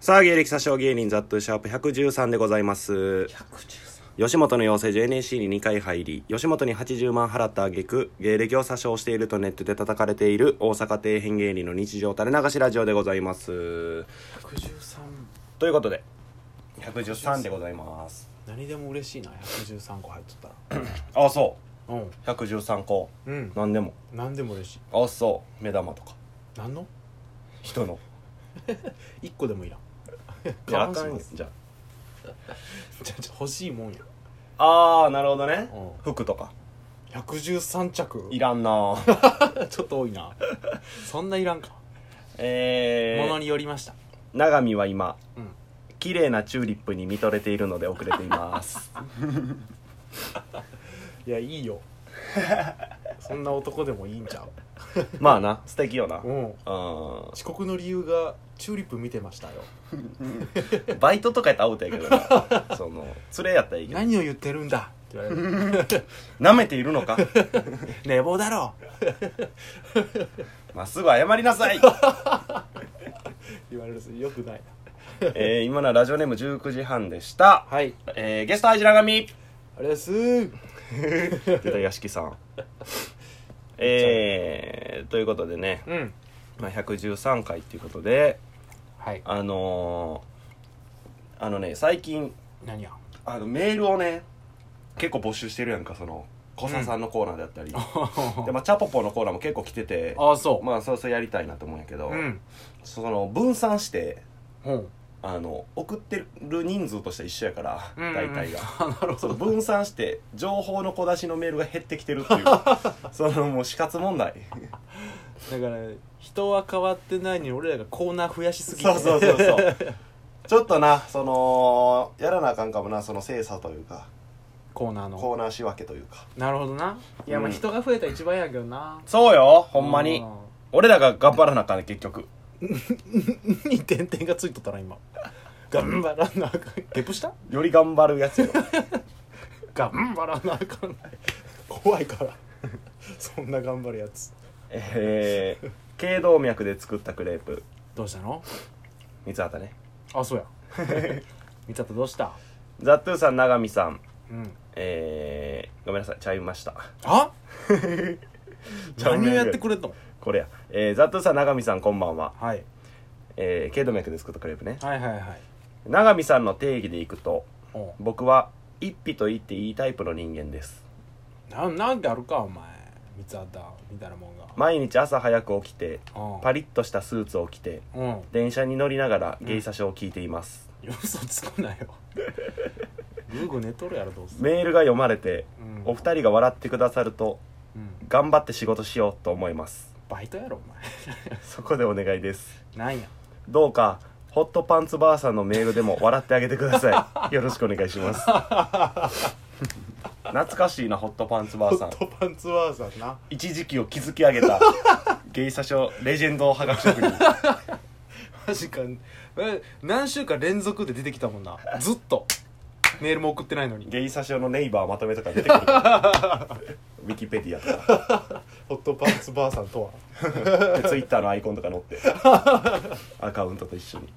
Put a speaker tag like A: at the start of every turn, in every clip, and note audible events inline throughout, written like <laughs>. A: さあ、芸歴詐称芸人ザットシャープ113でございます。吉本の養成所 NSC に2回入り、吉本に80万払った挙句、芸歴を詐称しているとネットで叩かれている大阪底辺芸人の日常垂れ流しラジオでございます。
B: 113
A: ということで、113でございます。
B: 何でも嬉しいな113個入っとったら
A: ああ、そ
B: うん
A: う。113個。
B: うん
A: 何でも。
B: 何でも嬉しい
A: ああ、そう。目玉とか。
B: 何の
A: 人の。
B: 1個でもいら <laughs> ん
A: じゃあ、あ
B: 我慢
A: か
B: し
A: ん
B: ま
A: よ
B: す
A: じゃ
B: じゃあじゃあ欲しいもんや
A: あ。ああ、なるほどね
B: うん。
A: 服とか。
B: 113着
A: いらんなぁ。
B: <laughs> ちょっと多いなそんないらん <laughs> か
A: え
B: も
A: ー
B: のによりました
A: 長見は今
B: うん
A: 綺麗なチューリップに見とれているので遅れています <laughs>
B: いやいい <laughs> よそんな男でもいいんちゃう
A: まあな素敵よな
B: うん
A: う
B: 遅刻の理由がチューリップ見てましたよ
A: んバイトとかやったらアウトやけど <laughs> なその連れやったらいいけど
B: 何を言ってるんだって言われる
A: なめているのか
B: <laughs>
A: <laughs>
B: 寝坊だろ
A: まっすぐ謝りな <laughs> さい、
B: 言われるしよくない
A: えー、今のはラジオネーム19時半でした、
B: はい
A: えー、ゲストはじらがみ
B: あれです
A: 出た屋敷さん <laughs> えー、ということでね、
B: うん
A: まあ、113回っていうことで
B: はい
A: あのー、あのね最近
B: 何 <laughs> や
A: あのメールをね結構募集してるやんかその小佐さんのコーナーであったり、でまあ、チャポポのコーナーも結構来てて
B: ああそ
A: まあそうそうやりたいなと思うんやけど、
B: ううん
A: その分散して
B: うん
A: あの送ってる人数としては一緒やから、
B: うんうん
A: 大体が
B: <laughs> あな
A: <laughs>
B: る
A: その分散して情報の小出しのメールが減ってきてる <laughs> っていうそのもう死活問題
B: ほどだから人は変わってないのに俺らがコーナー増やしすぎて
A: そうそうそうそうちょっとなそのやらなあかんかもなその精査というか
B: <laughs> コーナーの
A: コーナー仕分けというか
B: なるほどないうや
A: ん
B: まあ人が増えたら一番やけどな
A: そうよほんまに
B: うん
A: 俺らが頑張らなあかんね結局
B: <laughs> に点々がついとったな今頑張らなあかんゲップした
A: より頑張るやつよ <laughs>
B: 頑張らなあかん怖いからそんな頑張るやつ
A: えー、頸動脈で作ったクレープ
B: どうしたの
A: 三つ畑ね
B: あ <laughs> そうや見ちゃったどうした
A: ザットゥーさん永見さん
B: うん
A: えー、ごめんなさいちゃいました
B: あ
A: ちゃうね
B: 何をやってくれたの、
A: これや、えー、ザットゥーさん永見さんこんばんは、
B: はい、
A: えー、頸動脈で作ったクレープね
B: はいはいはい
A: 永見さんの定義でいくと
B: お
A: 僕は一匹と言っていいタイプの人間です
B: ななんかあるかお前三つあったみたいなもんが
A: 毎日朝早く起きて
B: うん
A: パリッとしたスーツを着て
B: うん
A: 電車に乗りながら芸者書を聞いています、
B: 嘘つ
A: <laughs>
B: くなよグーグー寝とるやろどうせ
A: メールが読まれて
B: うん
A: お二人が笑ってくださると
B: うん
A: 頑張って仕事しようと思います
B: バイトやろ
A: そこでお願いです
B: お前なん <laughs> や
A: どうかホットパンツばあさんのメールでも笑ってあげてくださいよろしくお願いします懐かしいなホットパンツばあさん
B: パンツワーさんな
A: 一時期を築き上げた芸者賞レジェンド破学職人
B: マジかえ何週間連続で出てきたもんなずっとメールも送ってないのに
A: 芸者賞のネイバーまとめとか出てくるウィキペディアとか
B: ホットパンツばあさんとは
A: でツイッターのアイコンとか載ってアカウントと一緒に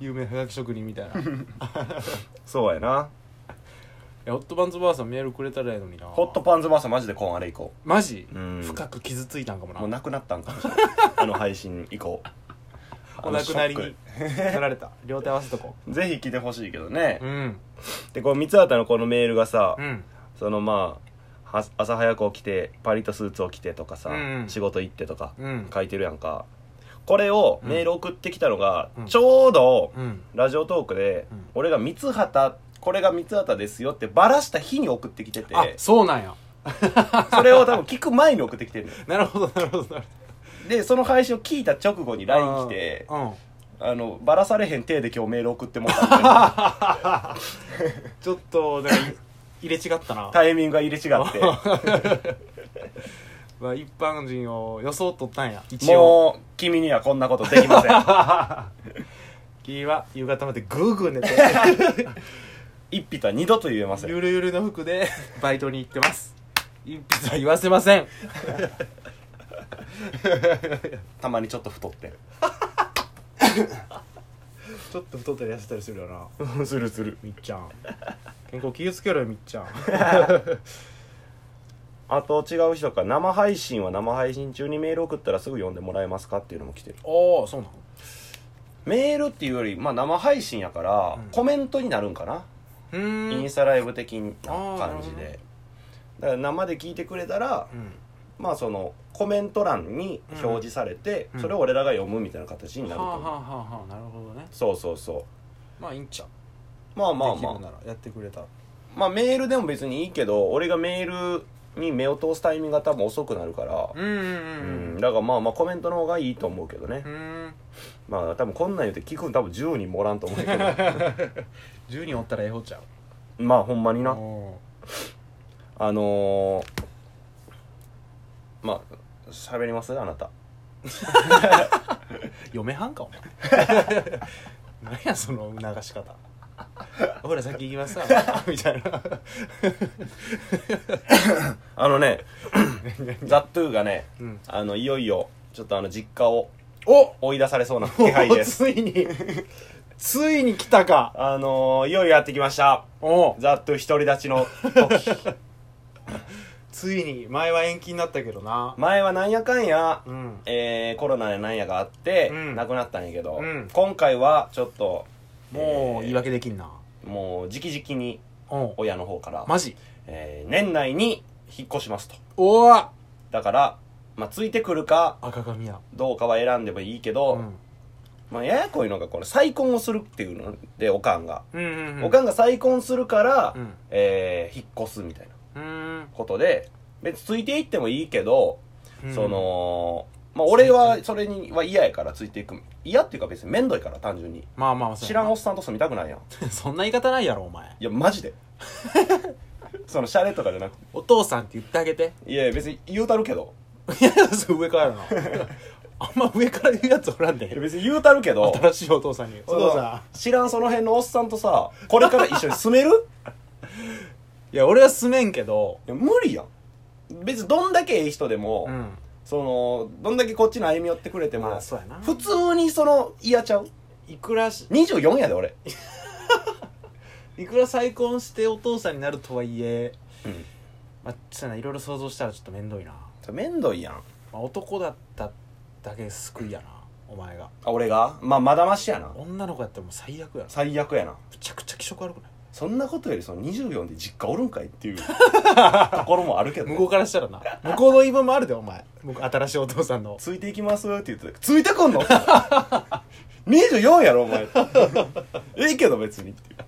B: 有名はがき職人みたいない
A: そうやな
B: やホットパンツばあさんメールくれたらええのにな
A: ホットパンツばあさんマジで今あれ以降
B: マジ
A: うん
B: 深く傷ついたんかもな
A: もうなくなったんかもし
B: <laughs>
A: れないあの配信以降
B: お亡くなり
A: あの
B: に
A: シ
B: なられた両手合わせとこ
A: ョックぜひ来てほしいけどね
B: う、うん
A: でこの三畑のこのメールがさ、
B: うん
A: そのまあは朝早く起きてパリッとスーツを着てとかさ、
B: うんうん
A: 仕事行ってとか
B: うん
A: 書いてるやんかこれをメール送ってきたのが、
B: うん
A: ちょうど
B: うん
A: ラジオトークで、
B: うん
A: 俺が三畑これが三畑ですよってバラした日に送ってきてて
B: あそうなんや
A: それを多分聞く前に送ってきてるのよ
B: なるほどなるほどなるほ
A: でその配信を聞いた直後に
B: ど
A: LINE 来て
B: うん
A: あのバラされへん体で今日メール送ってもらったみたいな
B: ちょっとなんか入れ違ったな、
A: タイミングが入 <laughs> れ違っ
B: まあ、一般人を装っとったんや
A: て
B: 一応
A: もう君にはこんなことできま <laughs> せん
B: 君は夕方までグーグー寝て <laughs>
A: 一匹とは二度と言えません
B: ゆるゆるの服でバイトに行ってます一筆は言わせません
A: たまにちょっと太って
B: ちょっと太ったり痩せたりするよ
A: <laughs>
B: な
A: するする
B: みっちゃん健康気をつけろよみっちゃん
A: あと違う人から生配信は生配信中にメール送ったらすぐ読んでもらえますかっていうのも来てる
B: <laughs> おおそうなの
A: メールっていうより、まあ、生配信やから、
B: うん
A: コメントになるんかな、
B: うーん
A: インスタライブ的な感じ
B: あーなる
A: でだから生で聞いてくれたら、
B: うん
A: まあそのコメント欄に表示されて、
B: うん
A: それを俺らが読むみたいな形にな
B: は
A: ると思う、
B: あはあはあはあなるほどね
A: そうそうそう
B: まあいいんちゃう
A: まあまあ
B: でき
A: ま
B: る
A: あ
B: ならやってくれたら
A: まあメールでも別にいいけど俺がメールに目を通すタイミングが多分遅くなるから
B: うんうん
A: う
B: うん
A: ん
B: うん
A: だからまあまあコメントの方がいいと思うけどね
B: う、ーん
A: まあ多分こんなん言うて聞くん多分10人もおらんと思うけ
B: <laughs>
A: ど
B: 10人おったらええほちゃう
A: まあほんまにな
B: お
A: あのー、まあ喋りますあなた
B: ー嫁はんか <laughs> お前何やその促し方ほら先行きますわ <laughs> みたいな
A: あの
B: <laughs>
A: ねザ・トゥーがね、
B: うん
A: あのいよいよちょっとあの実家を
B: お
A: 追い出されそうな気配で
B: <laughs>
A: す
B: ついについに来たか
A: あのー、いよいよやってきました
B: お
A: ザ・トゥー独り立ち
B: <laughs>
A: の時
B: ついに前は延期になったけどな
A: 前はなんやかんや、
B: うん
A: えー、コロナでなんやがあって、
B: うん
A: 亡くなったんやけど、
B: うん
A: 今回はちょっと
B: もう
A: えー
B: 言い訳できんな
A: もう直々に
B: お
A: 親の方から、
B: マジ
A: えー年内に引っ越しますと
B: おわ
A: だから、まあ、ついてくるか
B: 赤髪や
A: どうかは選んでもいいけど、
B: うん
A: まあ、ややこいのがこの再婚をするっていうのでおかんが、
B: うんうん
A: おかんが再婚するから、
B: うん
A: えー引っ越すみたいな
B: うん
A: ことで別についていってもいいけど、
B: うん
A: そのまあ俺はそれには嫌やからついていく嫌っていうか別に面倒いから単純に
B: まあまあ
A: 知らんお
B: お
A: っさんと住みたくないやん
B: そんな言い方ないやろお前
A: いやマ
B: <laughs>
A: ジでそのシャレとかじゃなく
B: お父さんって言ってあげて
A: ていや別に言うたるけど
B: いやそれ上からやなあんま上から言うやつおらん
A: いや
B: で
A: 別に言うたるけど
B: 新しいお父さんにお
A: そ
B: 父
A: の
B: さ
A: 知らんその辺のおっさんとさこれから一緒に住める
B: <laughs> んいや俺はすめんけど
A: いや無理やん別にどんだけええ人でも、
B: ん
A: そのどんだけこっちの歩み寄ってくれても、
B: まあそうやな
A: 普通にその嫌ちゃう
B: いくらし
A: 24やで俺
B: いくら再婚してお父さんになるとはいえ、
A: うん
B: まあ、ちょっとないろいろ想像したらちょっと面倒いな、ま
A: めんどいやん
B: あ、男だっただけ救いやなお前が
A: あ俺がまあまだましやな
B: 女の子やったらもう最悪やな
A: 最悪やな
B: むちゃくちゃ気色悪くない
A: そんなことよりその24で実家おるんかいって
B: <laughs>
A: いうところもあるけどね、
B: 向こうからしたらな向こうの言い分もあるでお前向こう新しいお父さんの
A: ついていきますって言ってたついてくんの24やろお前
B: <laughs>
A: ええけど別にっていう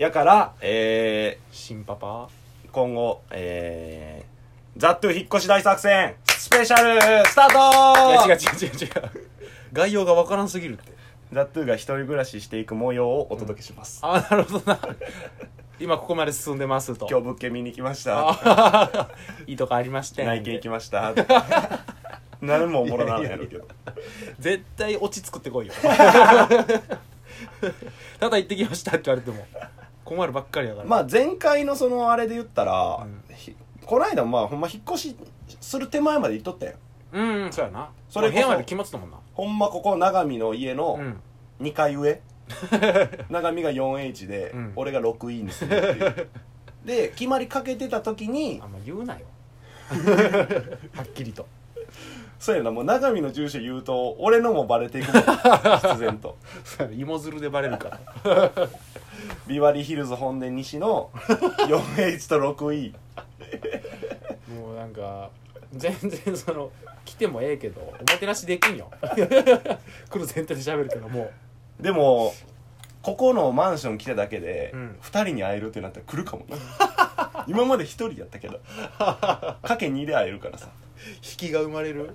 A: やからえ
B: 新パパ
A: ー、今後えー、ザットゥ引っ越し大作戦スペシャルスタート
B: いや違う違う違う違う概要がわからんすぎるって
A: ザットゥが一人暮らししていく模様をお届けします、
B: ああなるほどな <laughs> 今ここまで進んでますと
A: 今日物件見に来ました
B: あ <laughs> いいとこありまして
A: 内見行きました
B: <laughs>
A: 何もおもろなんやろうけど
B: 絶対オチ作ってこいよただ行ってきましたって言われても困るばっかりやから、
A: まあ前回のそのあれで言ったら、
B: うん
A: ひこないだまあほんま引っ越しする手前まで行っとったよ
B: うんうんそうやな
A: そ
B: そ
A: れ
B: れ
A: こそ
B: 部屋まで決まってたもんな
A: ほんまここ長見の家
B: う
A: の
B: ん
A: 2階
B: <laughs>
A: 上、長見が 4H で、
B: うん
A: 俺が 6E にするっていうで決まりかけてた時に
B: あんま言うなよはっきりと
A: そうやなもう長見の住所言うと俺のもバレてい
B: <laughs>
A: くもん必然と
B: そうやな芋づるでバレるから
A: ビバリーヒルズ本殿西の 4H と 6E
B: もうなんか全然その来てもええけどおもてなしできんよ来る前提で喋るけども
A: でもここのマンション来ただけで、
B: うん
A: 二2人に会えるってなったら来るかもな <laughs> 今まで1人やったけどかけ2で会えるからさ
B: う引きが生まれる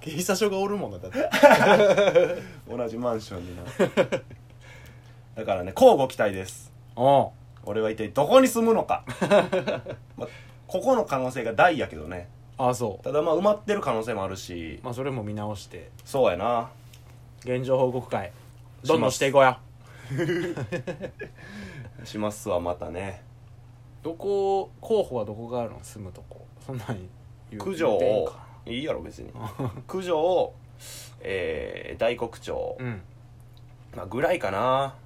B: 芸者所がおるもんなだって
A: 同じマンションにな
B: <laughs>
A: だからね交互期待です
B: おう
A: 俺は一体どこに住むのか、 <laughs> ま、ここの可能性が大やけどね
B: ああそ
A: ただまあ埋まってる可能性もあるし
B: うまあそれも見直して
A: そうやな
B: 現状報告会どんどんしていこうや
A: しますわまたね
B: どこ候補はどこがあるの住むとこそんなん言う
A: 九条
B: 言っていいん
A: を
B: か <laughs>
A: いいやろ別に九条を、えー大黒町、
B: うん
A: まあ、ぐらいかな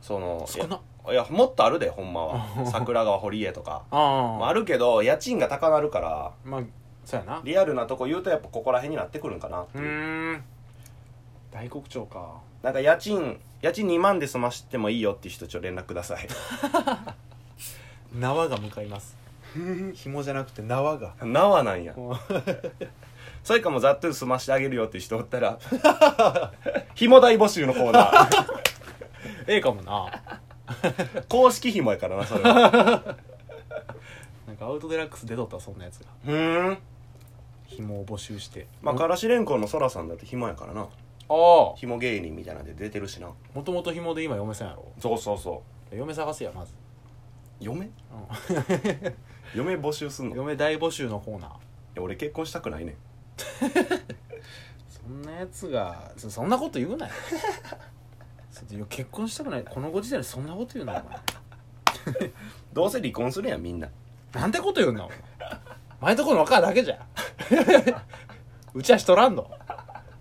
A: その
B: 少ない
A: やいやもっとあるでほんま <laughs> は桜川堀江とか、
B: あ
A: まあ、あ
B: る
A: るけど家賃が高なるから
B: まあそうやな
A: リアルなとこ言うとやっぱここら辺になってくるんかなって
B: う
A: いう
B: ーん大黒鳥か
A: なんか家賃家賃2万で済ましてもいいよっていう人ちょっと連絡ください <laughs>
B: 縄が向かいます <laughs> 紐じゃなくて縄が
A: 縄なんや
B: もう
A: <laughs> それかもうざっと済ましてあげるよっていう人おったら <laughs> 紐代募集のコーナー <laughs>
B: ええかもな
A: 公式紐やからなそれは <laughs>
B: なんかアウトデラックス出とったそんなやつが
A: ふーん
B: 紐を募集して
A: まあ
B: あ
A: からしれんこんのそらさんだって紐やからな
B: あも
A: 紐芸人みたいなんで出てるしな
B: ともと紐で今嫁さんやろ
A: そうそうそ
B: 嫁探せやまず、
A: う嫁嫁募集す <laughs> んのい
B: 嫁大募集のコーナー
A: や俺結婚したくないねん
B: そんなやつがそそんなこと言うなよそいや結婚したくないこのご時世でそんなこと言うなよお前
A: どうせ離婚するやんみんな
B: なんてこと言うんだお前前とこの若いだけじゃん <laughs> うちはしとらんの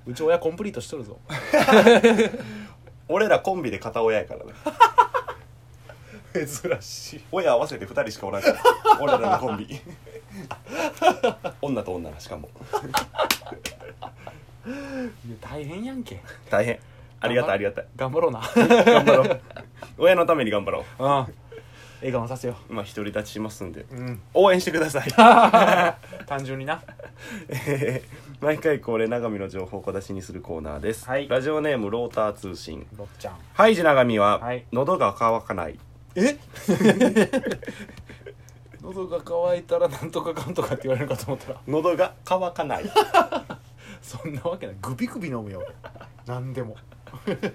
B: うち親コンプリートしとるぞ
A: 俺らコンビで片親や <laughs> からね
B: 珍しい
A: 親合わせて2人しかおらんから俺らのコンビ <laughs> 女と女なしかも
B: いや大変やんけ
A: 大変ありがたいありがたい
B: 頑張ろうな
A: <laughs> 頑張ろう親のために頑張ろ
B: <laughs> うん笑顔させよ
A: うまあ独り立ちしますんで
B: ううん
A: 応援してください
B: 単純にな
A: えー <laughs> 毎回恒例長見の情報を小出しにするコーナーです、
B: はい
A: ラジオネームローター通信
B: ろっちゃん
A: ハイジ長見は、
B: はい
A: 喉が乾かない
B: え喉が渇いたらなんとかかんとかって言われるかと思ったら
A: 喉が乾かない
B: そんなわけないグビグビ飲むよ俺何でも